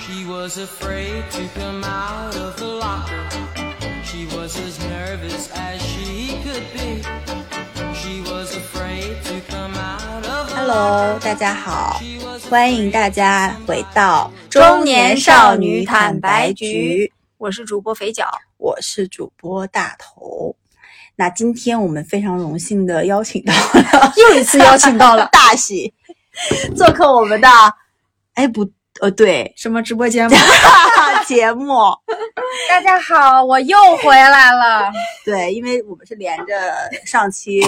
She was afraid to come out of the locker. She was as nervous as she could be. She was afraid to come out of the Hello，大家好，欢迎大家回到中年少女坦白局，我是主播肥脚，我是主播大头。那今天我们非常荣幸的邀请到了又一次邀请到了大喜做客我们的哎不呃对什么直播间吗？ 节目大家好，我又回来了。对，因为我们是连着上期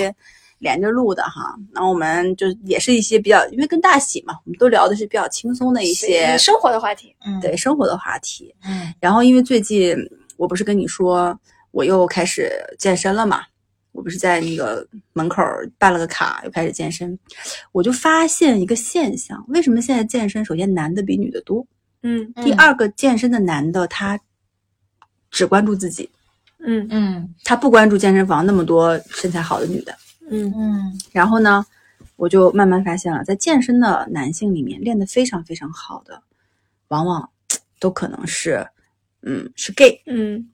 连着录的哈，然后我们就也是一些比较，因为跟大喜嘛，我们都聊的是比较轻松的一些生活的话题，对生活的话题。嗯，然后因为最近我不是跟你说我又开始健身了嘛，我不是在那个门口儿办了个卡，又开始健身，我就发现一个现象，为什么现在健身首先男的比女的多？嗯第二个，健身的男的他只关注自己，嗯嗯他不关注健身房那么多身材好的女的。嗯嗯然后呢，我就慢慢发现了，在健身的男性里面，练得非常非常好的，往往都可能是，嗯，是 gay，嗯，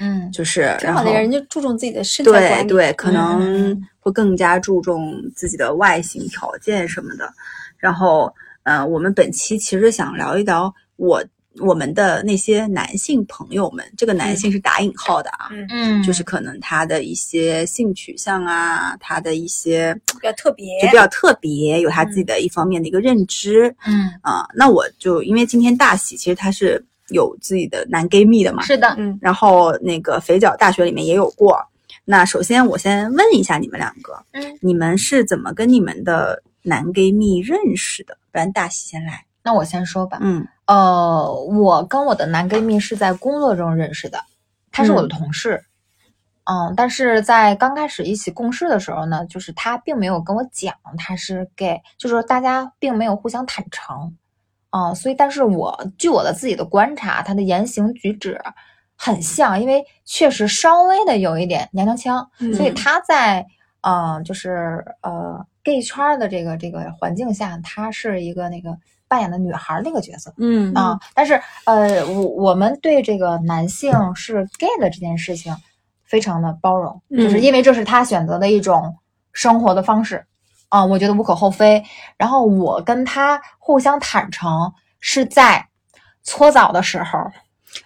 嗯就是挺然好后的，人就注重自己的身材对管理，对，可能嗯会更加注重自己的外形条件什么的。然后，呃，我们本期其实想聊一聊我我们的那些男性朋友们，这个男嗯性是打引号的啊，嗯，就是可能他的一些性取向啊，他的一些比较特别就，比较特别，有他自己的一方面的一个认知嗯啊、那我就因为今天大喜，其实他是有自己的男 gay 蜜的嘛，是的，嗯然后那个肥脚大学里面也有过。那首先我先问一下你们两个，嗯，你们是怎么跟你们的男闺蜜认识的？不然大喜先来。那我先说吧。嗯呃，我跟我的男闺蜜是在工作中认识的，他是我的同事。嗯，但是在刚开始一起共事的时候呢，就是他并没有跟我讲他是 gay，就是说大家并没有互相坦诚。嗯，所以但是我据我的自己的观察，他的言行举止很像，因为确实稍微的有一点娘娘腔。所以嗯他在嗯、呃就是呃 gay 圈儿的这个这个环境下，他是一个那个扮演的女孩儿那个角色嗯啊、但是呃，我我们对这个男性是 gay 的这件事情非常的包容，就是嗯因为这是他选择的一种生活的方式啊、我觉得无可厚非。然后我跟他互相坦诚是在搓澡的时候，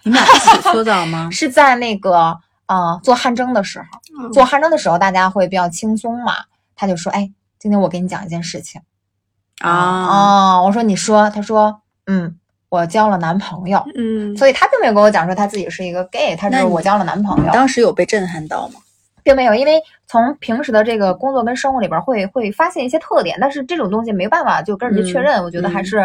你们俩一起搓澡吗？是在那个呃做汗蒸的时候。嗯做汗蒸的时候，大家会比较轻松嘛。他就说：“哎，今天我给你讲一件事情 啊，啊。我说：“你说。”他说：“嗯，我交了男朋友。”嗯，所以他并没有跟我讲说他自己是一个 gay，他只那是你我交了男朋你友，哦当时有被震撼到吗？并没有。因为从平时的这个工作跟生活里边会会发现一些特点，但是这种东西没办法就跟人家确嗯认。我觉得还是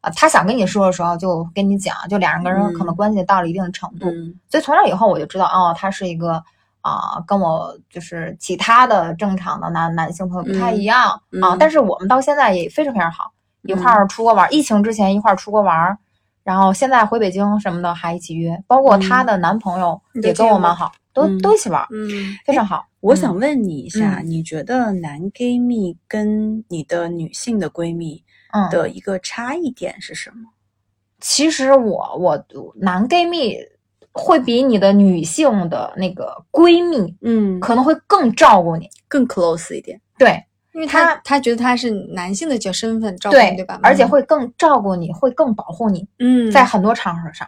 啊，他想跟你说的时候就跟你讲，就两人个人可能关系到了一定的程度。嗯所以从那以后我就知道，哦，他是一个啊、跟我就是其他的正常的男男性朋友不太一样啊、嗯嗯但是我们到现在也非常非常好，一块儿出国玩儿，疫情之前一块儿出国玩儿，然后现在回北京什么的还一起约，包括她的男朋友嗯也跟我蛮好，都嗯都一起玩儿，嗯非常好。我嗯想问你一下，嗯你觉得男闺蜜跟你的女性的闺蜜嗯，的一个差异点是什么？其实我我男闺蜜会比你的女性的那个闺蜜嗯可能会更照顾你，更 close 一点。对。因为他他他觉得他是男性的角身份照顾对你，吧？而且会更照顾你，会更保护你，嗯在很多场合上，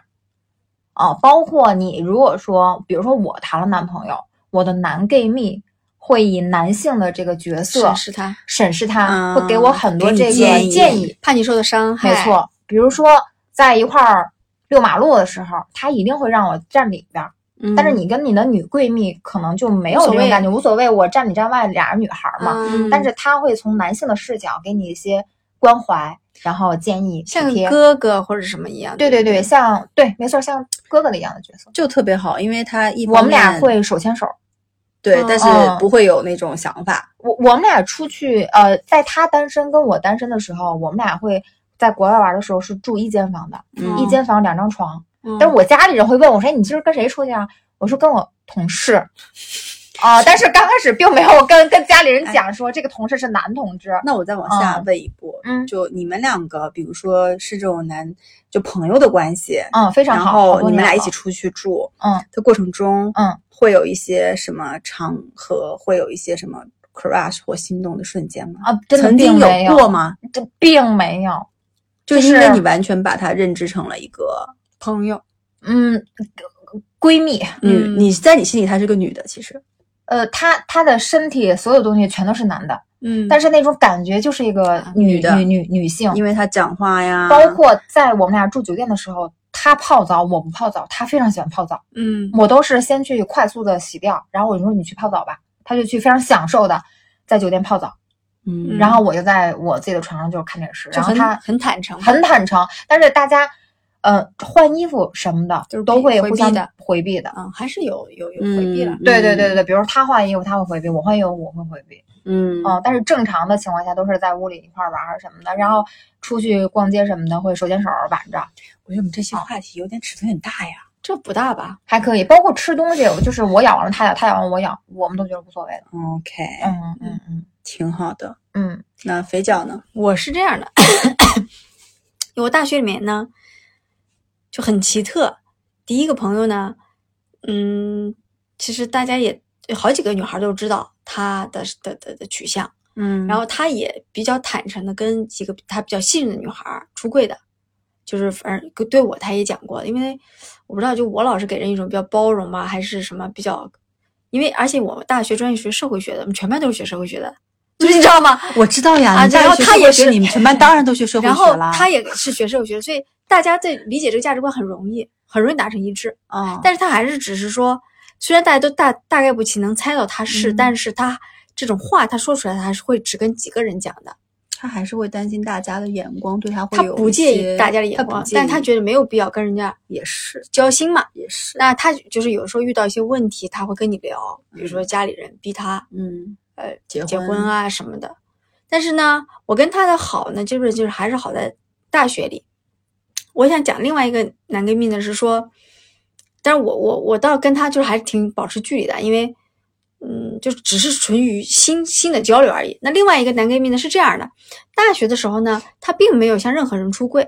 啊，包括你如果说，比如说我谈了男朋友，我的男 gay 蜜会以男性的这个角色审视他，审视他，嗯会给我很多给你这个建议建议，怕你受到伤害，没，错。比如说在一块儿遛马路的时候，他一定会让我站里边儿，嗯但是你跟你的女闺蜜可能就没有无所这种谓感觉，无所谓，我站里站外，俩人女孩儿嘛，嗯，但是他会从男性的视角给你一些关怀，然后建议体像个贴。哥哥或者什么一样，对对嗯对，像对，没错，像哥哥的一样的角色。就特别好，因为他一我方们俩面会手牵手，对，嗯但是嗯不会有那种想法。我我们俩出去，呃，在他单身跟我单身的时候，我们俩会在国外玩的时候是住一间房的，嗯一间房两张床。嗯，但是我家里人会问我说：“哎你今儿跟谁出去啊？”我说：“跟我同事。”啊、但是刚开始并没有跟跟家里人讲说这个同事是男同志，哎那我再往下嗯问一步，嗯就你们两个，比如说是这种男就朋友的关系，嗯，非常然好。好后多你们年俩一了起，出去住，嗯的过程中，嗯，会有一些什么场合，会有一些什么 crush 或心动的瞬间吗？啊，真的曾经并没有过吗？这并没有，就就是因为你完全把它认知成了一个朋友，嗯，闺蜜，女，嗯你在你心里她是个女的，其实，呃，她她的身体所有东西全都是男的，嗯但是那种感觉就是一个啊女女的女女女性，因为她讲话呀，包括在我们俩住酒店的时候，她泡澡，我不泡澡，她非常喜欢泡澡，嗯我都是先去快速的洗掉，然后我就说你去泡澡吧，她就去非常享受的在酒店泡澡，嗯，然后我就在我自己的床上就是看电视，就然后很她很坦诚，很坦诚，但是大家。呃，换衣服什么的，就是避都会回互避相的回避的。嗯，还是有有有回避了。嗯对对对对，对，比如他换衣服他会回避，我换衣服我会回避。嗯，嗯，但是正常的情况下都是在屋里一块儿玩儿什么的，然后出去逛街什么的会手牵手儿挽着，我觉得我们这些话题有点尺寸很大呀，这不大吧？还可以。包括吃东西，就是我咬完了他咬，他咬完我咬，我们都觉得无所谓的。 ，OK，嗯嗯嗯挺好的。嗯那肥脚呢？我是这样的，我大学里面呢就很奇特。第一个朋友呢，嗯，其实大家也有好几个女孩都知道她的的的的取向，嗯然后后她也比较坦诚的跟几个她比较信任的女孩儿出柜的，就是反正对我她也讲过，因为我不知道，就我老是给人一种比较包容吧，还是什么比较，因为而且我大学专业学社会学的，我们全班都是学社会学的，就是你知道吗？我知道呀，啊你大然后学他社会也学是你们全班当然都学社会然学后啦。他也是学社会学的，所以大家对理解这个价值观很容易，很容易达成一致。啊，但是他还是只是说，虽然大家都大大概不其能猜到他是，嗯但是他这种话他说出来，他还是会只跟几个人讲的。他还是会担心大家的眼光对他会他有不一介些意大家的眼不光，介但意他觉得没有必要跟人家也是交心嘛。也是，那他就是有时候遇到一些问题，他会跟你聊，比如说家里人逼他，嗯呃结结婚婚啊什么的。但是呢，我跟他的好呢，就是就是还是好在大学里。我想讲另外一个男闺蜜呢是说，但是我我我倒跟他就是还挺保持距离的，因为嗯，就只是纯于心心的交流而已。那另外一个男闺蜜呢是这样的，大学的时候呢，他并没有向任何人出柜，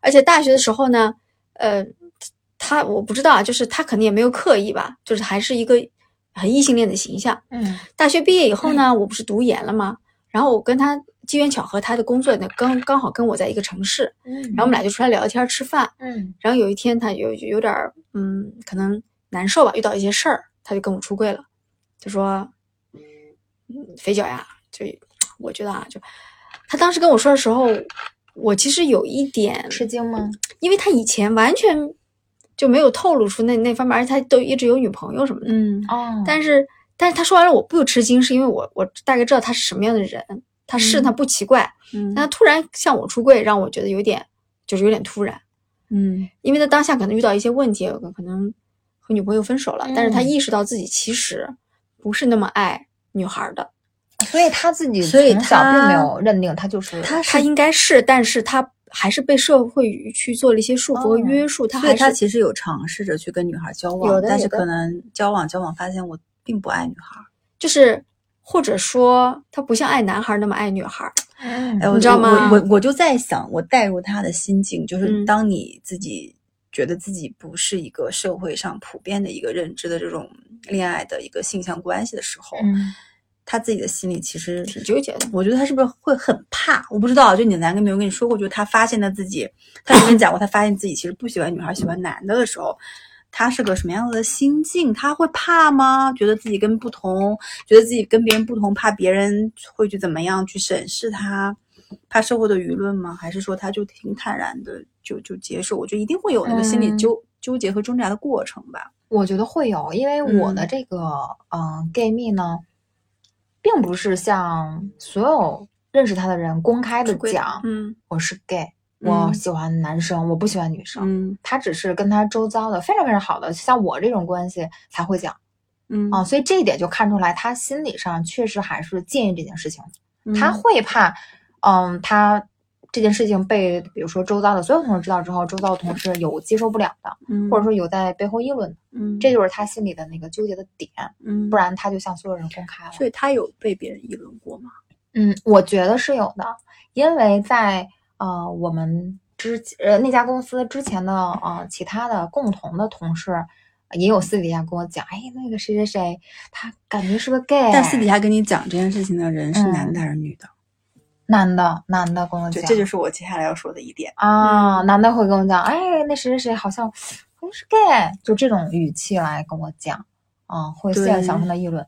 而且大学的时候呢，呃，他我不知道啊，就是他可能也没有刻意吧，就是还是一个很异性恋的形象。嗯大学毕业以后呢，我不是读研了吗？然后我跟他机缘巧合，他的工作呢刚刚好跟我在一个城市，嗯然后我们俩就出来聊天吃饭。嗯然后有一天他有有点儿嗯，可能难受吧，遇到一些事儿，他就跟我出柜了，就说，嗯，肥脚呀，就我觉得啊，就他当时跟我说的时候，我其实有一点吃惊吗？因为他以前完全就没有透露出那那方面，而且他都一直有女朋友什么的。嗯哦，但是，但是他说完了，我不吃惊，是因为我我大概知道他是什么样的人，他是他不奇怪，嗯但他突然向我出柜，让我觉得有点就是有点突然，嗯因为他当下可能遇到一些问题，可能和女朋友分手了，但是他嗯意识到自己其实不是那么爱女孩的，所以他自己所以从小他并没有认定他就是他他应该是，但是他还是被社会语去做了一些束缚和哦约束，他所以还他是其实有尝试着去跟女孩交有往，的但有是的可能交往交往发现我并不爱女孩。就是或者说他不像爱男孩那么爱女孩，嗯哎，我你知道吗我我我就在想，我带入他的心境，就是嗯当你自己觉得自己不是一个社会上普遍的一个认知的这种恋爱的一个性向关系的时候，嗯他自己的心里其实挺纠结的。我觉得他是不是会很怕？我不知道，就你的男跟没有跟你说过，就是他发现他自己，他有跟你讲过，他发现自己其实不喜欢女孩，喜欢男的的时候，他是个什么样子的心境？他会怕吗？觉得自己跟不同，觉得自己跟别人不同，怕别人会去怎么样去审视他，怕社会的舆论吗？还是说他就挺坦然的就就接受？我觉得一定会有那个心理嗯纠、纠结和挣扎的过程吧。我觉得会有，因为我的这个嗯、呃 gay 蜜呢，并不是像所有认识他的人公开的出柜讲、嗯我是 gay，、我嗯喜欢男生，我不喜欢女生。嗯他只是跟他周遭的非常非常好的，像我这种关系才会讲嗯啊、所以这一点就看出来，他心理上确实还是介意这件事情的，嗯他会怕，嗯，他这件事情被比如说周遭的所有同事知道之后，周遭的同事有接受不了的，嗯或者说有在背后议论的，嗯，这就是他心里的那个纠结的点，嗯不，然他就向所有人公开了。所以他有被别人议论过吗？嗯，我觉得是有的，因为在呃我们之呃那家公司之前的呃其他的共同的同事，呃也有私底下跟我讲，哎，那个谁谁谁，他感觉是个 gay，但私底下跟你讲这件事情的人是嗯男的还是女的？男的男的跟我嗯对，讲，这就是我接下来要说的一点。啊，男的会跟我讲，哎，那谁谁谁好像好像是 gay，就这种语气来跟我讲，啊，会对现小声的议论，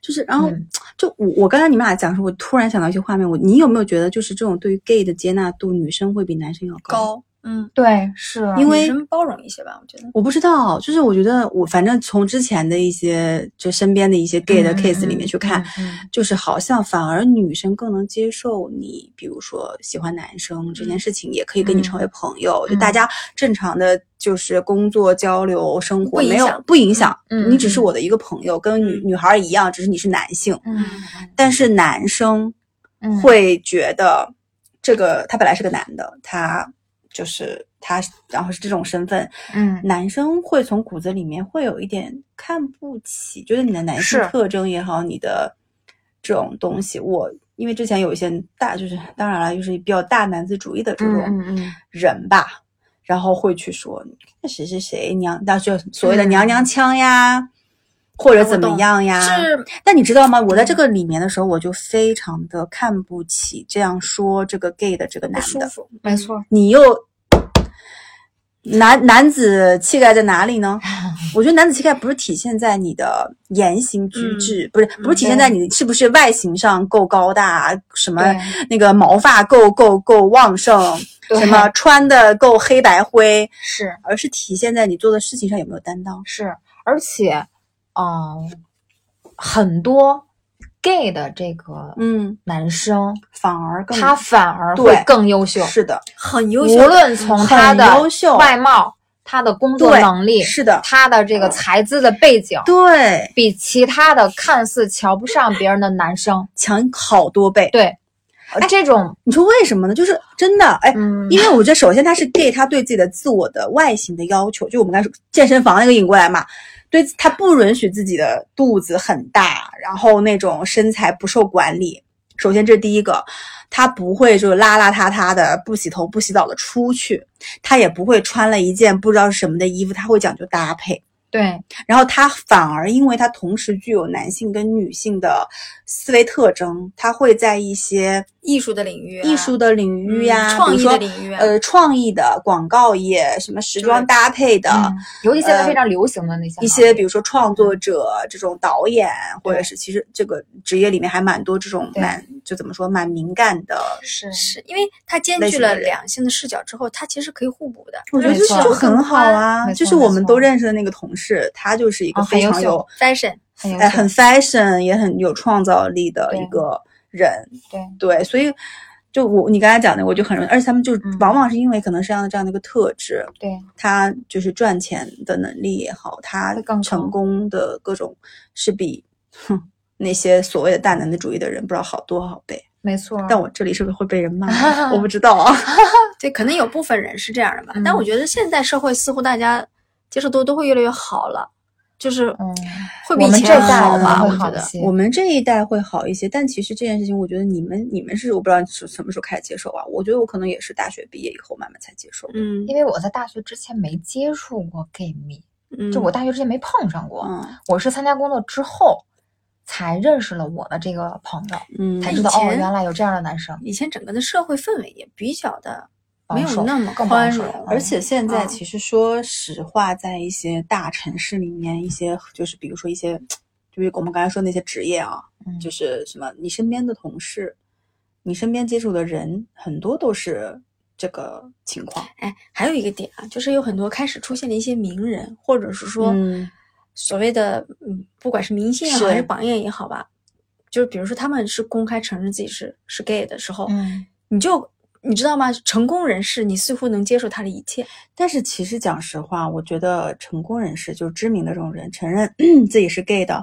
就是，然后、嗯就我我刚才你们俩讲的时候，我突然想到一些画面。我你有没有觉得，就是这种对于 gay 的接纳度，女生会比男生要高？高，嗯，对，是，因为女生包容一些吧，我觉得。我不知道，就是我觉得我反正从之前的一些就身边的一些 gay 的嗯 case 里面去看，，嗯嗯就是好像反而女生更能接受你，比如说喜欢男生这件事情，也可以跟你成为朋友，嗯就大家正常的就是工作交流、生活不影没有响不影响，嗯你只是我的一个朋友，跟女嗯女孩儿一样，只是你是男性，嗯但是男生嗯会觉得这个他本来是个男的，他就是他，然后是这种身份，嗯男生会从骨子里面会有一点看不起，觉得你的男性是特征也好，你的这种东西，我因为之前有一些大就是当然了，就是比较大男子主义的这种嗯嗯嗯人吧，然后会去说你看谁谁谁娘，那就所谓的嗯哎娘娘腔呀，或者怎么样啊呀，是但你知道吗？我嗯在这个里面的时候，我就非常的看不起这样说这个 gay 的这个不男舒的。服，没错，你又男男子气概在哪里呢？我觉得男子气概不是体现在你的言行举止，不是不是体现在你是不是外形上够高大，什么对那个毛发够够够旺盛，对什么穿的够黑白灰，是而是体现在你做的事情上有没有担当。是，而且，嗯、很多 gay 的这个嗯，男生，反而更他反而对会更优秀，是的，很优无秀。论从他的很优秀外貌、他的工作对能力、是的，他的这个才资的背景，对，比其他的看似瞧不上别人的男生，强好多倍。对，呃这种，你说为什么呢？就是真的，哎，嗯，因为我觉得，首先他是 gay，他对自己的自我的外形的要求，就我们刚才说健身房那个引过来嘛，对他不允许自己的肚子很大，然后那种身材不受管理。首先这是第一个，他不会就是邋邋遢遢的不洗头不洗澡的出去，他也不会穿了一件不知道是什么的衣服，他会讲究搭配。对，然后他反而因为他同时具有男性跟女性的思维特征，他会在一些艺术的领域啊、艺术的领域呀、嗯创比意如说的领域啊呃，创意的广告业，什么时装对搭配的，嗯，尤其现在呃非常流行的那些一行些业比如说创作者、这种导演，或者对是其实这个职业里面还蛮多这种对蛮就怎么说蛮敏感的，是是因为它兼类具型的了人两性的视角之后，它其实可以互补的。我觉得没这错就很好啊。没错就是没我们错都认识的那个同事，他就是一个啊非很常优秀有、 fashion，很优哎秀，很 fashion 也很有创造力的对一个人，对。对，所以就我你刚才讲的，我就很容易，而且他们就嗯往往是因为可能身上的这样的一个特质，对，他就是赚钱的能力也好，他会更高成功的各种是比 哼那些所谓的大男子主义的人不知道好多少倍。没错，但我这里是不是会被人 骂？我不知道啊。对，可能有部分人是这样的吧。嗯但我觉得现在社会似乎大家接受度都会越来越好了，就是嗯，会比我以们这 前代好人吧？会我觉好得一些我们这一代会好一些，但其实这件事情，我觉得你们你们是我不知道是什么时候开始接受啊。我觉得我可能也是大学毕业以后慢慢才接受。嗯因为我在大学之前没接触过 gay 蜜，嗯，就我大学之前没碰上过，嗯我是参加工作之后才认识了我的这个朋友，嗯，才以知道哦，前原来有这样的男生。以前整个的社会氛围也比较的保没有守那么更保宽守容，而且现在嗯其实说实话，在一些大城市里面，一些就是比如说一些，就是我们刚才说那些职业啊，嗯就是什么，你身边的同事，你身边接触的人，很多都是这个情况。哎，还有一个点啊，就是有很多开始出现了一些名人，或者是说嗯所谓的嗯，不管是明星也好，是还是榜眼也好吧，就是比如说他们是公开承认自己是是 gay 的时候，嗯，你就你知道吗？成功人士，你似乎能接受他的一切，但是其实讲实话，我觉得成功人士，就是知名的这种人，承认 自己是 gay 的，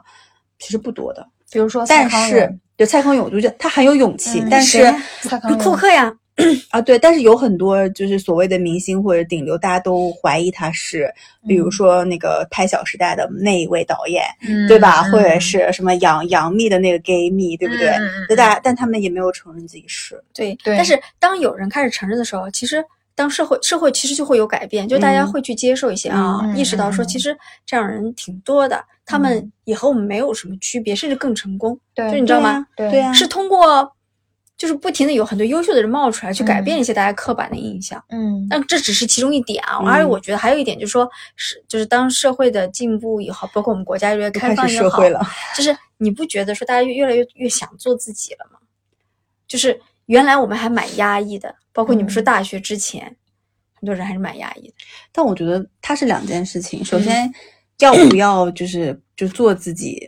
其实不多的。哦比如说蔡但康是永，，对蔡康永，我就觉得他很有勇气，嗯但谁是呀蔡康库永克呀， 啊，对，但是有很多就是所谓的明星或者顶流，大家都怀疑他是，比嗯如说那个拍《小时代》的那一位导演，嗯对吧？或者嗯是什么杨杨幂的那个 gay 蜜，对不对？嗯嗯嗯就大家，但他们也没有承认自己是，对，对但是当有人开始承认的时候，其实当社会社会其实就会有改变，就大家嗯会去接受一些啊，嗯嗯意识到说嗯其实这样人挺多的，他们嗯也和我们没有什么区别，甚至更成功。对，就你知道吗？对对啊，是通过就是不停的有很多优秀的人冒出来，去改嗯变一些大家刻板的印象。嗯，但这只是其中一点啊，嗯而且我觉得还有一点就是说，是就是当社会的进步以后，包括我们国家越就开开放始也社好会，了。就是你不觉得说大家越越来越越想做自己了吗？就是原来我们还蛮压抑的，包括你们说嗯大学之前，很多人还是蛮压抑的。但我觉得它是两件事情。首先，要不要就是就做自己，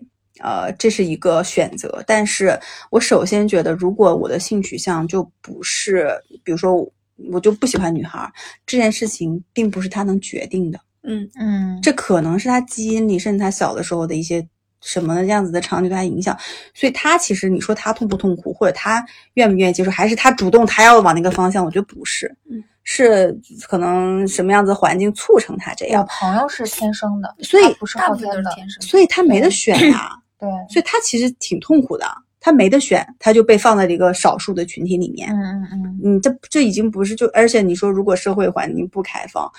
呃，这是一个选择。但是我首先觉得，如果我的性取向就不是，比如说我我就不喜欢女孩儿，这件事情并不是他能决定的，嗯嗯，这可能是他基因里，甚至他小的时候的一些。什么样子的场景对他影响，所以他其实你说他痛不痛苦，或者他愿不愿意接受，还是他主动他要往那个方向，我觉得不是，嗯是可能什么样子的环境促成他这样我。朋友是天生的，所以他不是大后部分天都是的，天生的，所以他没得选啊，对，所以他其实挺痛苦的，他没得选，他就被放在了一个少数的群体里面嗯。嗯嗯，嗯，这这已经不是就，而且你说如果社会环境不开放，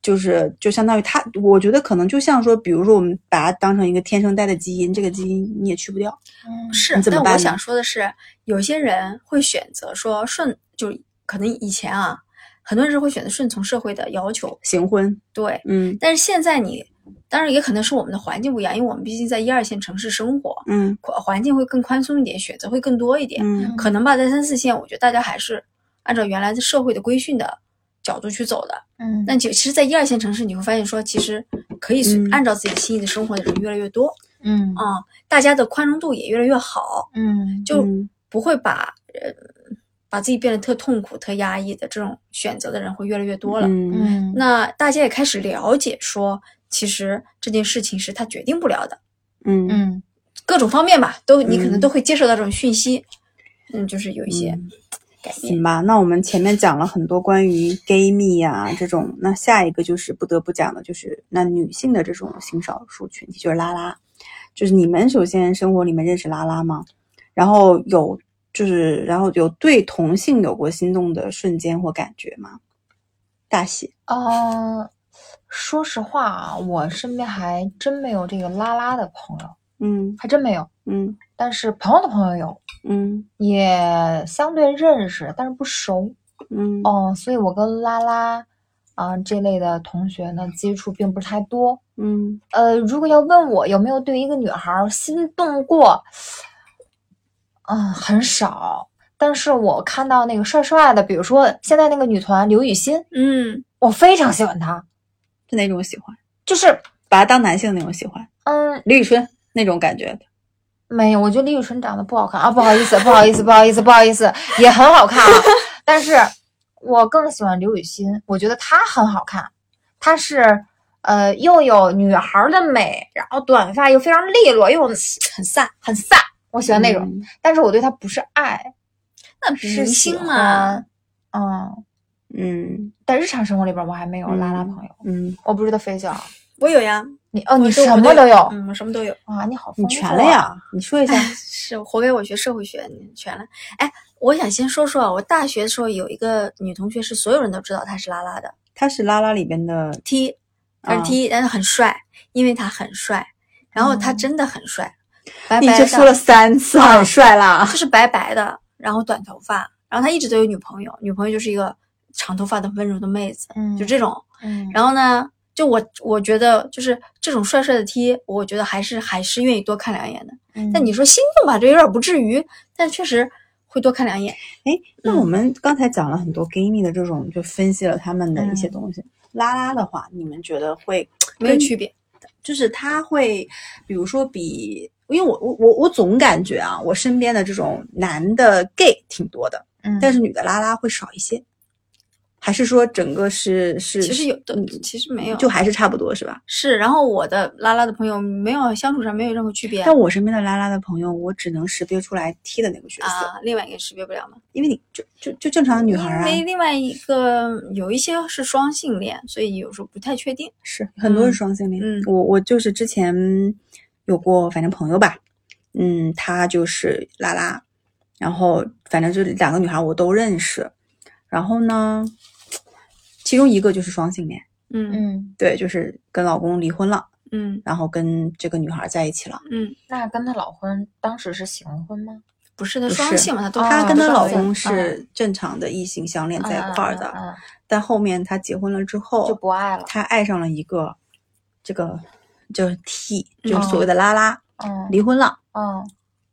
就是就相当于他，我觉得可能就像说，比如说我们把它当成一个天生带的基因，这个基因你也去不掉。嗯是你，怎么但办我呢想说的是，有些人会选择说顺，就可能以前啊，很多人是会选择顺从社会的要求，行婚，对。嗯但是现在你，当然也可能是我们的环境不一样，因为我们毕竟在一二线城市生活，嗯环环境会更宽松一点，选择会更多一点。嗯可能吧，在三四线，我觉得大家还是按照原来的社会的规训的角度去走的。嗯，那就其实，在一二线城市，你会发现说，其实可以随嗯按照自己心意的生活的人越来越多嗯啊、大家的宽容度也越来越好，嗯就嗯不会把呃把自己变得特痛苦、特压抑的这种选择的人会越来越多了。嗯嗯那大家也开始了解说，其实这件事情是他决定不了的，嗯嗯，嗯各种方面吧，都你可能嗯都会接受到这种讯息，嗯，就是有一些嗯改变。行吧，那我们前面讲了很多关于 gay 蜜啊这种，那下一个就是不得不讲的，就是那女性的这种性少数群体，就是拉拉。就是你们首先生活里面认识拉拉吗？然后有就是然后有对同性有过心动的瞬间或感觉吗？大喜，呃，说实话啊，我身边还真没有这个拉拉的朋友，嗯还真没有。嗯但是朋友的朋友有，嗯也相对认识，但是不熟。嗯哦，所以我跟拉拉啊、这类的同学呢接触并不是太多。嗯呃，如果要问我有没有对一个女孩儿心动过，嗯，很少。但是我看到那个帅帅的，比如说现在那个女团刘雨昕，嗯，我非常喜欢她，是那种喜欢，就是把他当男性那种喜欢，嗯，李宇春那种感觉的。没有，我觉得李宇春长得不好看啊，不好意思，不好意思，不好意思，不好意思，也很好 看啊，但是我更喜欢刘雨昕，我觉得她很好看，她是呃又有女孩儿的美，然后短发又非常利落，又很飒，很飒，我喜欢那种，嗯但是我对她不是爱，那是明喜星嘛，欢，嗯，嗯在日常生活里边我还没有拉拉嗯朋友，嗯，我不知道飞姐啊，我有呀，你哦，我你都什我么都有嗯，我什么都有，哇，你好，啊你全了，呀？你说一下。是活该我学社会学你全了。哎，我想先说说啊，我大学的时候有一个女同学，是所有人都知道她是拉拉的他是拉拉里边的， T，她是啊 T，、但是很帅，因为他很帅，然后他嗯真的很帅，白你白这的，说了三次，啊很帅啦。就是白白的，然后短头发，然后他一直都有女朋友，女朋友就是一个长头发的温柔的妹子，嗯，就这种。嗯，然后呢，就我我觉得就是这种帅帅的 T，我 E，觉得还是还是愿意多看两眼的。嗯，但你说心动吧，这有点不至于，但确实会多看两眼。哎，那我们刚才讲了很多 gay 蜜的这种，就分析了他们的一些东西。拉拉的话，你们觉得会嗯没有跟区别。就是他会，比如说比，因为我我我我总感觉啊，我身边的这种男的 gay 挺多的，嗯，但是女的拉拉会少一些。还是说整个是是？其实有的嗯，其实没有，就还是差不多是吧？是。然后我的拉拉的朋友没有相处上没有任何区别但我身边的拉拉的朋友，我只能识别出来 T 的那个角色，啊，另外一个识别不了嘛。因为你就就就正常的女孩儿啊，因为另外一个有一些是双性恋，所以有时候不太确定。是很多是嗯双性恋。嗯我我就是之前有过，反正朋友吧，嗯，她就是拉拉，然后反正就两个女孩我都认识，然后呢，其中一个就是双性恋，嗯嗯，对，就是跟老公离婚了，嗯然后跟这个女孩在一起哦了。嗯，那跟她老婚当时是行婚吗？不是，他不是双性嘛，他都哦她跟她老双公性嗯是正常的异性相恋在一块儿的，哦嗯嗯嗯嗯但后面她结婚了之后就不爱了她爱上了一个这个就是 T，嗯就是所谓的拉拉，嗯离婚了，嗯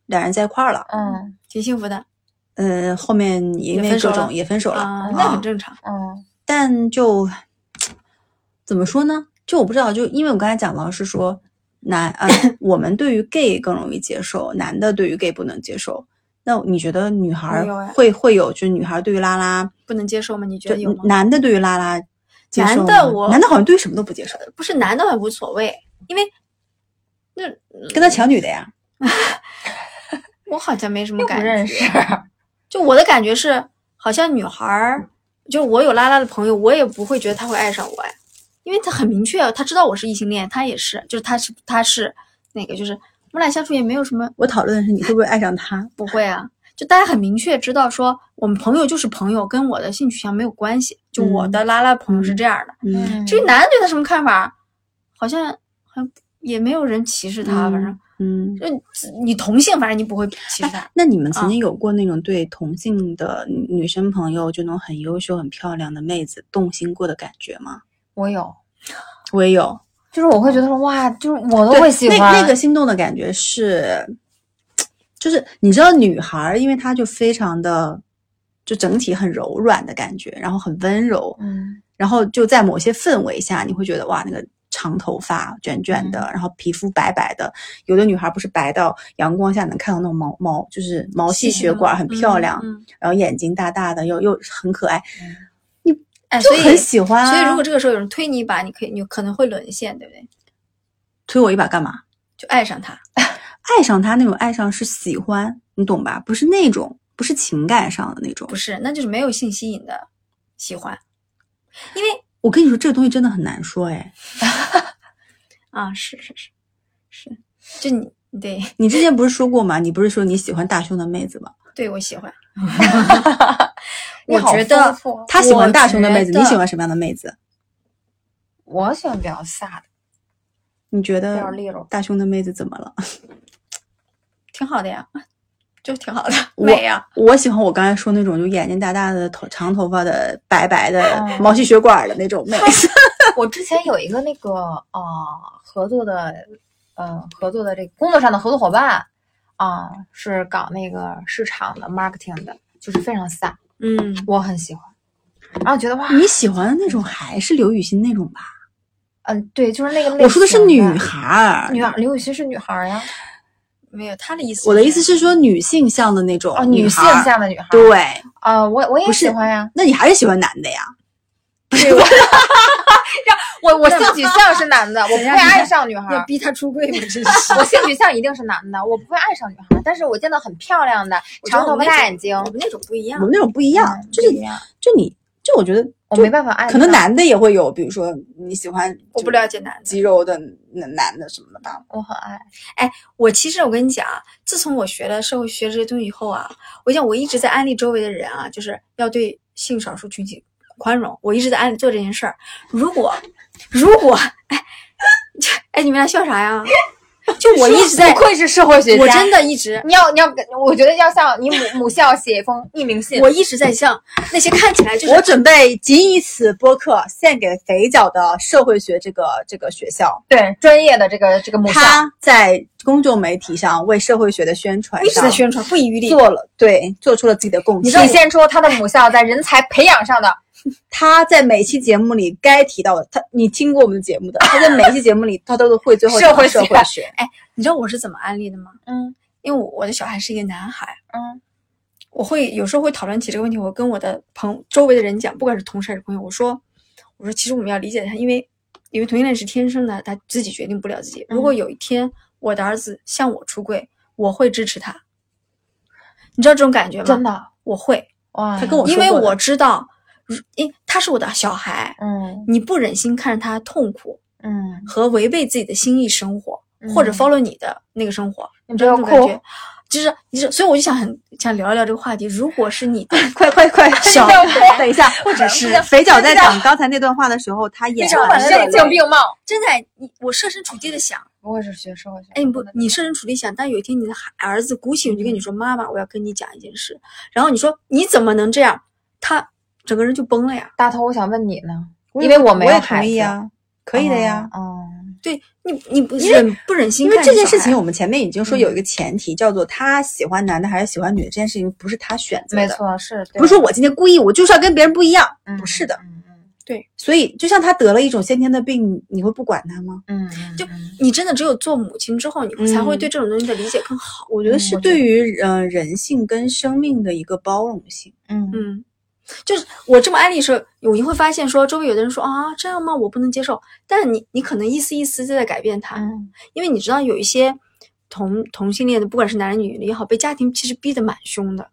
两人在一块儿了。嗯挺幸福的呃，后面因也为分手各种了也分手了，啊，那很正常。嗯但就怎么说呢？就我不知道，就因为我刚才讲到是说男呃，我们对于 gay 更容易接受，男的对于 gay 不能接受。那你觉得女孩没有儿哎会会有，就是女孩儿对于拉拉，不能接受吗？你觉就得有吗？男的对于拉拉接男受的吗我男的好像对于什么都不接受，不是男的还无所谓，因为那跟他抢女的呀。嗯我好像没什么又感不觉。认识，就我的感觉是，好像女孩儿，就我有拉拉的朋友，我也不会觉得她会爱上我哎，因为她很明确，啊她知道我是异性恋，她也是，就是她是她是那个，就是我们俩相处也没有什么我讨论的是你会不会爱上他？不会啊，就大家很明确知道说我们朋友就是朋友，跟我的性取向没有关系，就我的拉拉朋友是这样的。嗯，嗯至于男的对她什么看法，好像好像也没有人歧视她，反正嗯。哎就你你同性，反正你不会歧视她。那你们曾啊经有过那种对同性的女女生朋友就那种很优秀、很漂亮的妹子动心过的感觉吗？我有，我也有，就是我会觉得说哇，就是我都对会喜欢那那个心动的感觉是，就是你知道，女孩儿因为她就非常的，就整体很柔软的感觉，然后很温柔，嗯然后就在某些氛围下，你会觉得哇，那个长头发卷卷的，然后皮肤白白的，有的女孩不是白到阳光下能看到那种毛毛，就是毛细血管很漂亮，嗯嗯然后眼睛大大的，又又很可爱，哎，就所以很喜欢啊、所以如果这个时候有人推你一把，你可以，你可能会沦陷，对不对？推我一把干嘛？就爱上他。爱上他那种爱上是喜欢，你懂吧？不是那种，不是情感上的那种不。是，那就是没有性吸引的喜欢，因为我跟你说，这个东西真的很难说哎。啊，是是是是，就你对你之前不是说过吗？你不是说你喜欢大胸的妹子吗？对我喜欢，你我好觉得丰富他喜欢大胸的妹子，我觉得你喜欢什么样的妹子？我喜欢比较飒的，你觉比得较利 落。大胸的妹子怎么了？ 挺好的呀，就挺好的，我美啊呀，我喜欢我刚才说那种，就眼睛大大的、头长头发的、白白的嗯哦、毛细血管的那种妹 子。我之前有一个那个呃合作的，呃合作的这个工作上的合作伙伴啊、是搞那个市场的 marketing 的，就是非常飒，嗯，我很喜欢。然后觉得哇，你喜欢的那种还是刘雨欣那种 吧？嗯，对，就是那个类我说的是型女孩儿，女孩，刘雨欣是女孩儿呀，没有他的意思。我的意思，是说女性向的那种哦，女性孩儿向的女孩儿，对，啊、我我也不是喜欢呀，那你还是喜欢男的呀？我我性取向是男的，我不会爱上女孩要儿。逼他出 柜吗？这是我性取向一定是男的，我不会爱上女孩儿。但是我见到很漂亮的我觉得长头我发、们大那眼睛我，们那种不一样我，们那种不一样，嗯就是不一样就你就我觉得我就没办法爱上。可能男的也会有，比如说你喜欢我就不了解男的。肌肉的男男的什么的吧。我很爱，我其实我跟你讲啊，自从我学了社会学这些东西以后啊，我想我一直在安利周围的人啊，就是要对性少数群体宽容。我一直在安利做这件事儿。如果如果哎 这哎，你们俩笑啥呀？就我一直在不，愧是社会学家，我真的一直，你要你要跟，我觉得要向你母母校写一封匿名信。我一直在向那些看起来就是我准备谨以此播客献给肥脚的社会学这个这个学校，对专业的这个这个母校，他在公众媒体上为社会学的宣传一直在上宣传，不遗余力。做了对做出了自己的贡体献。现出他的母校在人才培养上的他在每期节目里该提到的，他你听过我们的节 目的，他在每期节目里他都会最后社会讲社学会学。你知道我是怎么安利的吗？嗯因为我我的小孩是一个男孩，嗯我会有时候会讨论起这个问题，我跟我的朋周围的人讲，不管是同事还是朋友，我说我说其实我们要理解他，因为因为同性恋是天生的，他自己决定不了自己。如果有一天我的儿子向我出柜，我会支持他。你知道这种感觉吗？ 真，的我会，哇！他跟我说因为过的我知道，如因他是我的小孩，嗯你不忍心看着他痛苦嗯，和违背自己的心意生活，或者嗯 follow 你的那个生活，你不要这哭种，感觉，就是就是，所以我就想很想聊一聊这个话题。如果 是你的快快快，小等一 下，等一下，不只是肥脚在讲刚才那段话的时候，他眼非常含反着射性并茂。真的，你我设身处地的想，我也是学社会学，哎，你不，你设身处地想，但有一天你的孩儿子鼓起勇气嗯跟你说：“妈妈，我要跟你讲一件事。”然后你说：“你怎么能这样？”他整个人就崩了呀。大头，我想问你呢，我因也为我没有也孩同意子啊，可以的呀。嗯，对你，你不因为忍不忍心因为看这着件小事情，孩我们前面已经说嗯有一个前提，叫做他喜欢男的还是喜欢女的，这件事情不是他选择的，没，错，是不是说我今天故意，我就是要跟别人不一样，不是的。，嗯嗯所以，就像他得了一种先天的病，你你会不管他吗？嗯嗯，就嗯你真的只有做母亲之后，你会才会嗯对这种东西的理解更好。我觉得是我觉得对于呃人性跟生命的一个包容性。嗯嗯嗯，就是我这么安利的时候，我你会发现说，周围有的人说啊，这样吗？我不能接受。但是你，你可能一丝一丝就在改变他，嗯因为你知道有一些同同性恋的，不管是男人女的也好，被家庭其实逼得蛮凶的。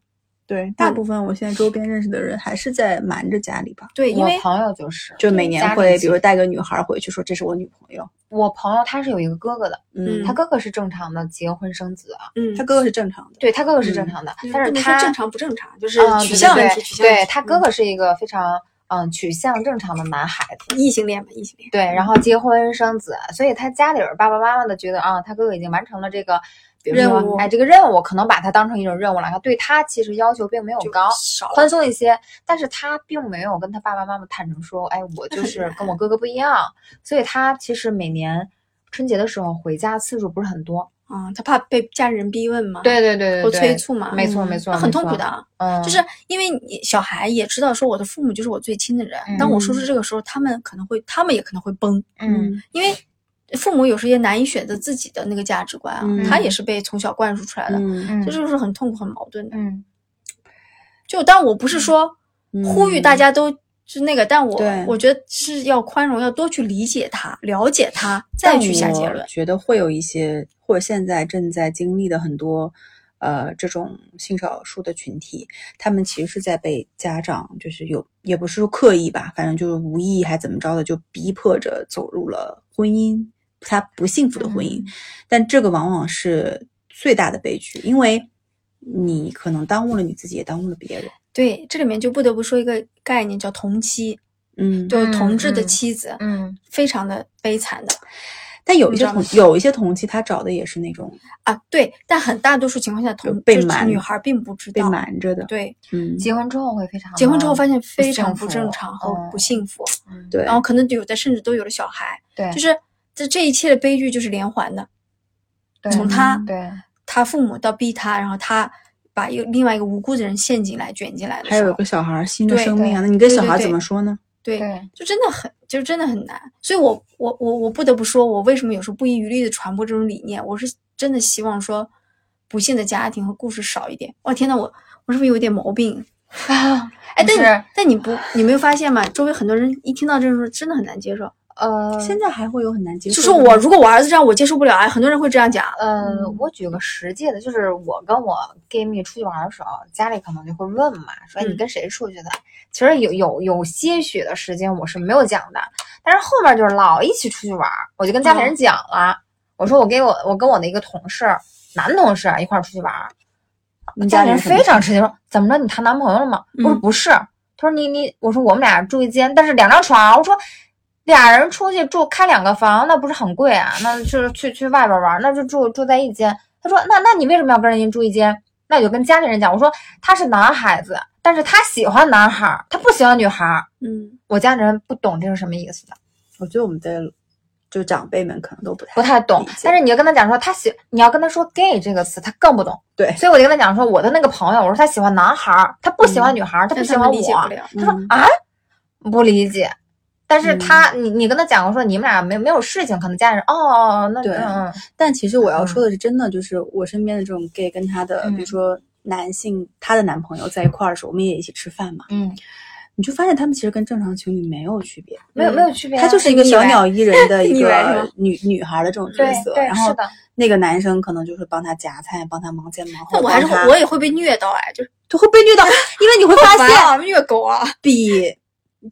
对，大部分我现在周边认识的人还是在瞒着家里吧，对，因我为朋友就是，就每年家里会其比如说带个女孩回去说这是我女朋友，我朋友他是有一个哥哥的，嗯，他哥哥是正常的结婚生子啊，嗯，他哥哥是正常的，对他哥哥是正常的，嗯但不是能他说正常不正常，就是嗯嗯取向问对题，对取对向问题对他哥哥是一个非常嗯取向正常的男孩子，嗯异性恋嘛，异性恋。对，然后结婚生子，所以他家里人爸爸妈妈的觉得啊，他哥哥已经完成了这个。比如任务说，哎，这个任务可能把他当成一种任务了，他对他其实要求并没有就高，少宽松一些，但是他并没有跟他爸爸妈妈坦诚说，哎，我就是跟我哥哥不一样，所以他其实每年春节的时候回家次数不是很多。啊，他怕被家里人逼问嘛，对对对或对对，催促嘛，没错嗯没错那很没痛苦错的啊。嗯，就是因为你小孩也知道说我的父母就是我最亲的人，当我说出这个时候，他们可能会，他们也可能会崩，嗯，因为父母有时候也难以选择自己的那个价值观啊，嗯他也是被从小灌输出来的，嗯，嗯这就是很痛苦、很矛盾的。嗯就当我不是说呼吁大家都是那个，但我对我觉得是要宽容，要多去理解他、了解他，再去下结论。觉得会有一些，或者现在正在经历的很多，呃，这种性少数的群体，他们其实是在被家长，就是有，也不是说刻意吧，反正就是无意还怎么着的，就逼迫着走入了婚姻，他不幸福的婚嗯姻。但这个往往是最大的悲剧，因为你可能耽误了你自己，也耽误了别人。对，这里面就不得不说一个概念叫同妻，嗯，就是同志的嗯妻子，嗯非常的悲惨的但有一些你知道同有一些同期，他找的也是那种啊。对，但很大多数情况下，同被就是瞒女孩并不知被道。瞒哦着的。对，嗯，结婚之后会非常结婚之后发现非幸常不福正常和嗯不幸福，现对然后可能有的甚至都有了小孩，对就是这这一切的悲剧就是连环的。对从他对他父母到逼他，然后他把一个另外一个无辜的人陷进来、卷进来的还时有一，候个小孩儿新的对生命啊，对那你跟对小对孩儿对怎么说呢？对，对就真的很，就真的很难。所以我，我我我不得不说，我为什么有时候不遗余力的传播这种理念，我是真的希望说，不幸的家庭和故事少一点。哦天呐，我我是不是有点毛病？啊，哎，你但是你但你不，你没有发现吗？周围很多人一听到这种说，真的很难接受，呃现在还会有很难接受就的，说我如果我儿子这样，我接受不了啊。很多人会这样讲，呃，我举个实际的，就是我跟我 gay 蜜出去玩的时候，家里可能就会问嘛，说哎你嗯跟谁出去的？其实有有有些许的时间我是没有讲的，但是后面就是老一起出去玩儿，我就跟家里人讲了，我说我给我我跟我的一个同事，男同事啊一块儿出去玩儿，你家家里里人人非常吃惊，说怎么着你谈男朋友了吗？我说嗯不是，他说你你，我说我们俩住一间，但是两张床，我说。俩人出去住开两个房，那不是很贵啊？那就是去去外边玩，那就住住在一间。他说那那你为什么要跟人家住一间？那我就跟家里人讲，我说他是男孩子，但是他喜欢男孩儿，他不喜欢女孩儿。嗯，我家里人不懂这是什么意思的，我觉得我们的就长辈们可能都不太不太懂理解。但是你要跟他讲说他喜，你要跟他说 gay 这个词，他更不懂。对所以我就跟他讲说，我的那个朋友，我说他喜欢男孩儿，他不喜欢女孩儿，他不但喜他欢们我。理解不了。他说嗯啊，不理解。但是他，你你跟他讲过说你们俩没没有事情，可能家里人哦哦，哦那对嗯但其实我要说的是，真的就是我身边的这种 gay 跟他的，比嗯如说男性她的男朋友在一块儿的时候，我们也一起吃饭嘛，嗯，你就发现他们其实跟正常情侣没有区别，没有没有区别啊，她就是一个小鸟依人的一你以为是个吗女女孩的这种角对色，对然后是的那个男生可能就是帮她夹菜，帮她忙前忙后，那我还是帮她我也会被虐到哎，就是就会被虐到，因为 你会发烦现啊，虐狗啊，比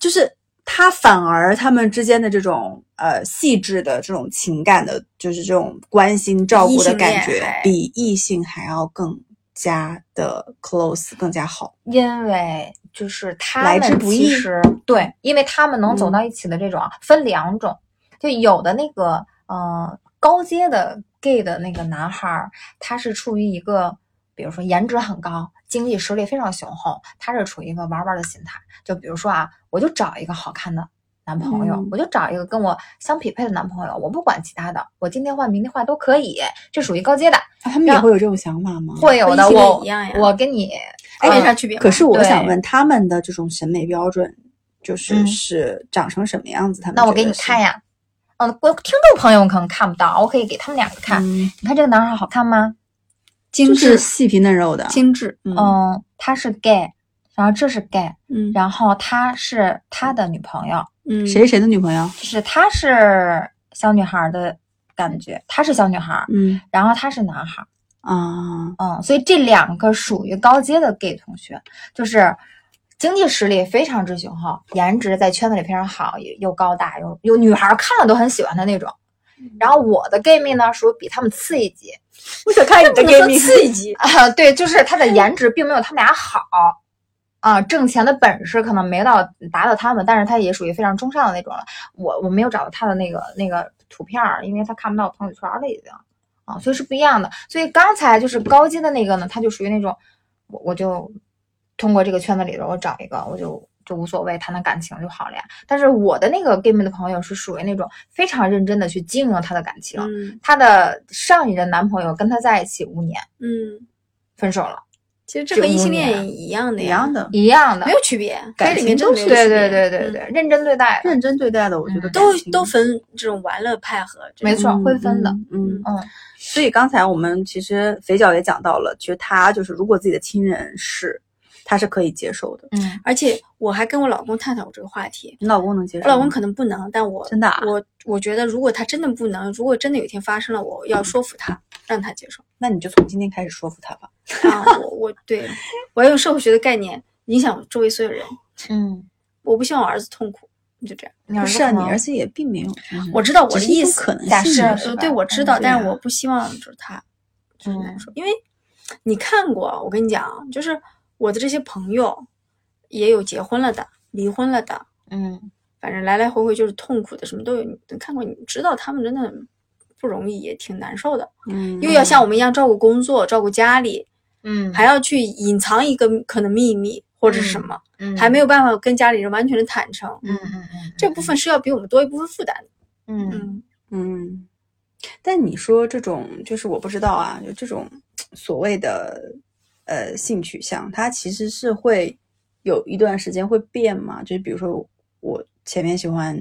就是他反而他们之间的这种呃细致的这种情感的，就是这种关心照顾的感异性觉恋还，比异性还要更加的 close，更加好。因为就是他来之们不其易嗯实对，因为他们能走到一起的这种啊，分两种，就有的那个呃高阶的 gay 的那个男孩儿，他是处于一个比如说颜值很高，经济实力非常雄厚，他是处于一个玩玩的心态，就比如说啊，我就找一个好看的。男朋友，嗯我就找一个跟我相匹配的男朋友，我不管其他的，我今天换明天换都可以，这属于高阶的，啊他们也让会有这种想法吗？会有的。和异性恋我一样呀我跟你哎，没嗯啥区别嘛。可是我对想问，他们的这种审美标准就是嗯是长成什么样子？他们那我觉给得你是看。呀。嗯，观听众朋友们可能看不到，我可以给他们两个看。嗯，你看这个男孩好看吗？精就是致细皮嫩肉的，啊精致，嗯嗯，他是 gay，然后这是 gay，嗯然后他是他的女朋友，嗯，谁是谁的女朋友？就是他是小女孩的感觉，他是小女孩，嗯然后他是男孩，啊，嗯，所以这两个属于高阶的 gay 同学，就是经济实力非常之雄厚，颜值在圈子里非常好，也又高大又有女孩看了都很喜欢的那种。然后我的 gay 蜜呢，属于比他们次一级，我想看你的不能说 刺激，啊，对，就是他的颜值并没有他们俩好，啊，挣钱的本事可能没到达到他们，但是他也属于非常中上的那种了。我我没有找到他的那个那个图片儿，因为他看不到朋友圈了已经，啊，所以是不一样的。所以刚才就是高阶的那个呢，他就属于那种，我我就通过这个圈子里头我找一个，我就。就无所谓，谈谈感情就好了呀。但是我的那个 gay 们的朋友是属于那种非常认真的去经营他的感情，嗯她的上一任男朋友跟她在一起五年，嗯，分手了，其实这和九五异性年恋一样的一呀，样的，一样的没有区别，感这里面情真的都是没有对区对别对对嗯对，认真对待的，认真对待的，我觉得嗯感情都都分这种玩乐派和这没种错，会分的。嗯，嗯，所以刚才我们其实肥脚也讲到了，其实他就是如果自己的亲人是，他是可以接受的。嗯，而且我还跟我老公探讨过这个话题，你老公能接受我吗？老公可能不能，但我嗯真的啊我我觉得如果他真的不能，如果真的有一天发生了，我要说服他，让他接受。那你就从今天开始说服他吧。啊，我我对我要用社会学的概念影响周围所有人，嗯，我不希望我儿子痛苦，就这样。你不是啊，你而且且也并没有，就是我知道我只的是一意种思可能假性设而已。是呃，吧对，我知道，嗯对但是啊我不希望就是他，就是难嗯受，因为你看过，我跟你讲，就是我的这些朋友也有结婚了的，离婚了的，嗯，反正来来回回就是痛苦的，什么都有。你都看过，你知道他们真的不容易，也挺难受的，嗯，又要像我们一样照顾工作、照顾家里，嗯，还要去隐藏一个可能秘密或者是什么，还没有，有办法跟家里人完全的坦诚。嗯嗯嗯，这部分是要比我们多一部分负担的。嗯，嗯嗯，嗯，但你说这种，就是我不知道啊，就这种所谓的呃性取向，它其实是会有一段时间会变嘛？就是比如说我前面喜欢，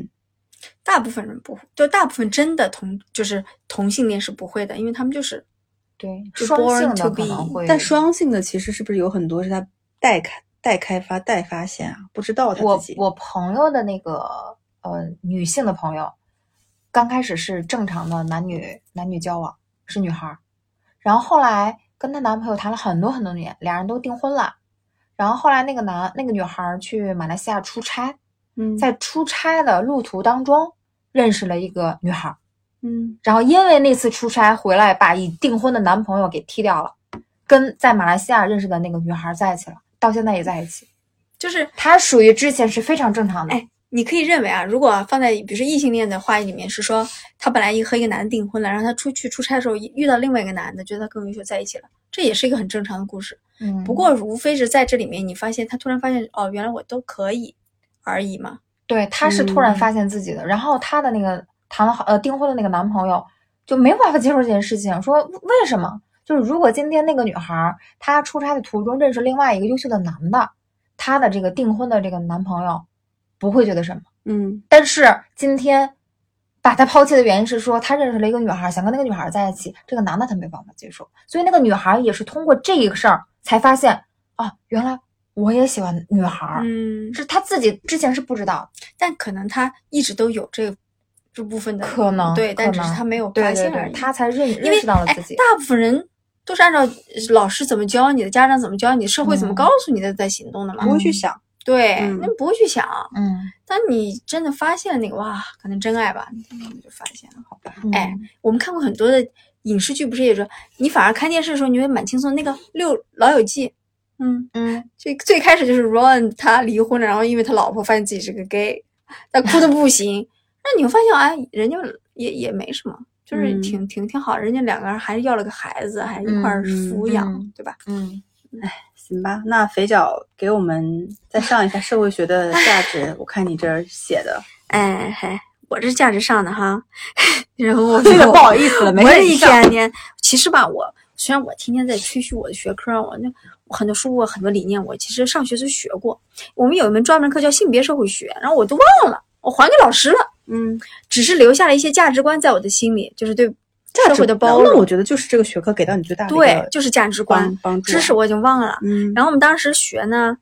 大部分人不会，就大部分真的同就是同性恋是不会的，因为他们就是对，就双 born 性 to 的可 be，能会，但双性的其实是不是有很多是他待开待开发待发现啊？不知道他我自己。我朋友的那个呃女性的朋友，刚开始是正常的男女男女交往，是女孩儿，然后后来跟她男朋友谈了很多很多年，俩人都订婚了，然后后来那个男那个女孩儿去马来西亚出差，嗯在出差的路途当中认识了一个女孩儿，嗯然后因为那次出差回来，把已订婚的男朋友给踢掉了，跟在马来西亚认识的那个女孩儿在一起了，到现在也在一起。就是她属于之前是非常正常的，哎你可以认为啊，如果放在比如说异性恋的话语里面是说，他本来一和一个男的订婚了，然后他出去出差的时候遇到另外一个男的，觉得他更优秀，在一起了，这也是一个很正常的故事。嗯，不过无非是在这里面，你发现他突然发现哦，原来我都可以而已嘛。对，她是突然发现自己的，然后她的那个谈了好呃订婚的那个男朋友就没有办法接受这件事情，说为什么？就是如果今天那个女孩儿她出差的途中认识另外一个优秀的男的，她的这个订婚的这个男朋友不会觉得什么，嗯但是今天把她抛弃的原因是说她认识了一个女孩儿，想跟那个女孩儿在一起，这个男的他没办法接受，所以那个女孩儿也是通过这一个事儿才发现哦，原来我也喜欢女孩儿，嗯，是他自己之前是不知道，但可能他一直都有这这部分的可能对，但可只是能他没有对发对现对而，已。他才认因认为识到了哎自己，大部分人都是按照呃老师怎么教你的，家长怎么教你的，社会怎么嗯告诉你的在行动的嘛。不会去想，对，嗯那不会去想。嗯，当你真的发现了那个哇，可能真爱吧，你就发现了，好吧。嗯哎，我们看过很多的影视剧，不是也说你反而看电视的时候你会蛮轻松。那个六《老友记》，嗯，嗯，最最开始就是 Ron 他离婚了，然后因为他老婆发现自己是个 gay，他哭的不行。那你会发现，哎，人家也也没什么，就是嗯挺、挺挺好，人家两个人还是要了个孩子，还一块儿嗯嗯抚养，嗯对吧？嗯，行吧，那肥脚给我们再上一下社会学的价值。我看你这儿写的，哎嘿，我这价值上的哈， 然后我这个我不好意思了，没我事，也你一上。天天，其实吧，我虽然我天天在吹嘘我的学科啊，我那我很多书，我很多理念，我其实上学就学过。我们有一门专门课叫性别社会学，然后我都忘了，我还给老师了，嗯，只是留下了一些价值观在我的心里，就是对价社值会的包那容我。觉得就是这个学科给到你最大的一对个，就是价值观帮、帮助知识，我已经忘了。嗯，然后我们当时学呢，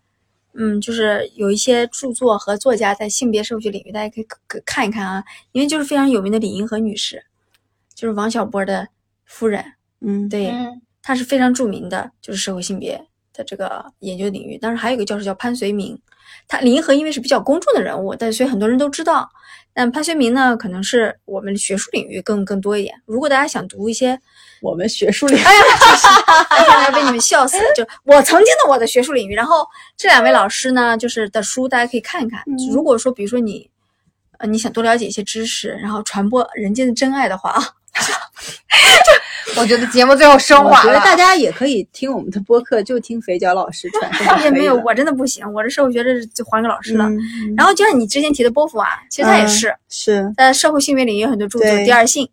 嗯，就是有一些著作和作家在性别社会学领域，大家可以可可看一看啊，因为就是非常有名的李银河女士，就是王小波的夫人，嗯，对，嗯他是非常著名的，就是社会性别的这个研究领域。当然还有一个教授叫潘绥铭，他李银河因为是比较公众的人物，但所以很多人都知道。但潘绥铭呢，可能是我们学术领域更更多一点。如果大家想读一些，我们学术里哎呀，真是，哎呀，要被你们笑死了。就我曾经的我的学术领域，然后这两位老师呢，就是的书大家可以看一看。嗯如果说比如说你，呃，你想多了解一些知识，然后传播人间的真爱的话啊，嗯我觉得节目最后升我华觉得了，大家也可以听我们的播客，就听肥脚老师传授就可以了。 也啊没有，我真的不行，我这社会学这就还给老师了。嗯，然后就像你之前提的波伏娃，其实他也嗯是是在社会性别领域有很多著作，对《第二性》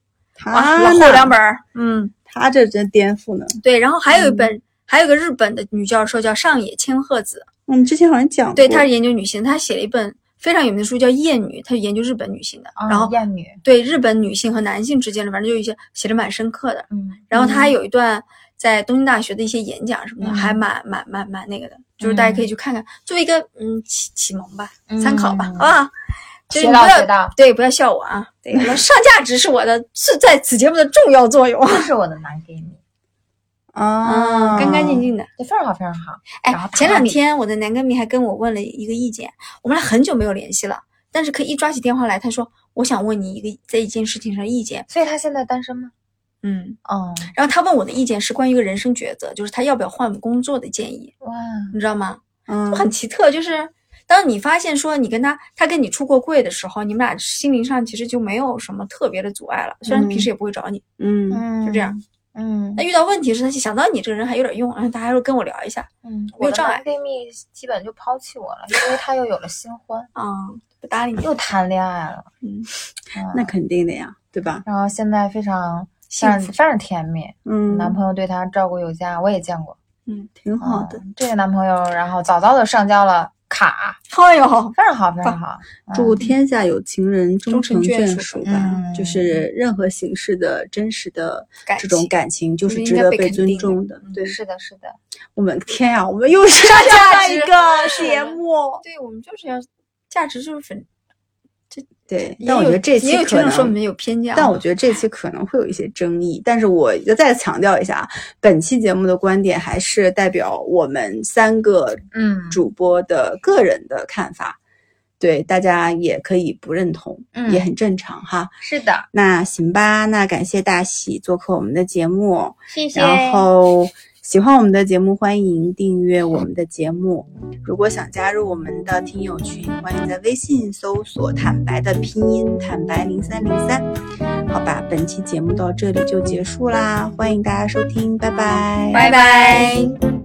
哇，他呢老厚两本儿，嗯，他这真颠覆呢。对。然后还有一本，嗯还有一个日本的女教授叫上野千鹤子，我嗯们之前好像讲过，对，她是研究女性，她写了一本非常有名的书叫《厌女》，她是研究日本女性哦的，然嗯后艳女，对日本女性和男性之间的，反正就有一些写的蛮深刻的。嗯然后她还有一段在东京大学的一些演讲什么的，嗯还蛮蛮蛮蛮那个的，就是大家可以去看看，作为一个嗯启启蒙吧，参考吧，嗯好不好？就是你学不到要学到，对，不要笑我啊！对，我上价值是我的，是在此节目的重要作用。嗯这是我的男闺蜜，啊，干干净净的。对，非常好，非常好，嗯然后哎，前他两们天我的男闺蜜还跟我问了一个意见，我们俩很久没有联系了，但是可以一抓起电话来，他说我想问你一个在一件事情上的意见。所以他现在单身吗？嗯，嗯，然后他问我的意见是关于一个人生抉择，就是他要不要换工作的建议，哇，你知道吗？嗯，很奇特，就是。当你发现说你跟他他跟你出过柜的时候，你们俩心灵上其实就没有什么特别的阻碍了。虽然平时也不会找你，嗯，嗯，就这样，。哎嗯那遇到问题时，他就想到你这个人还有点用，然后他还会跟我聊一下嗯，没有我的障男碍闺蜜基本就抛弃我了，因为他又有了新欢，啊、不搭理你。又谈恋爱了，嗯嗯那肯定的呀，对吧？然后现在非常非幸常福非常甜蜜，嗯，男朋友对她照顾有加，我也见过。挺好的，嗯，这个男朋友然后早早的上交了卡， 哎呦，非常好，非常好。嗯祝天下有情人终成眷属吧。嗯就是任何形式的真实的感这种情感情，就就是应值该得被被肯尊定的嗯重的。对，是的，是的，我们天啊呀，我们又 是上价一值个节目。对我们就是要价值就是粉，对，也但我有觉得这期也有可听能众说我们有偏见啊，但我觉得这期可能会有一些争议，但是我再强调一下，啊本期节目的观点还是代表我们三个嗯主播的个人的看法，对大家也可以不认同，嗯也很正常哈。是的，那行吧，那感谢大喜做客我们的节目，谢谢。然后喜欢我们的节目，欢迎订阅我们的节目。如果想加入我们的听友群，欢迎在微信搜索“坦白”的拼音“坦白零三零三”。好吧，本期节目到这里就结束啦，欢迎大家收听，拜拜，拜拜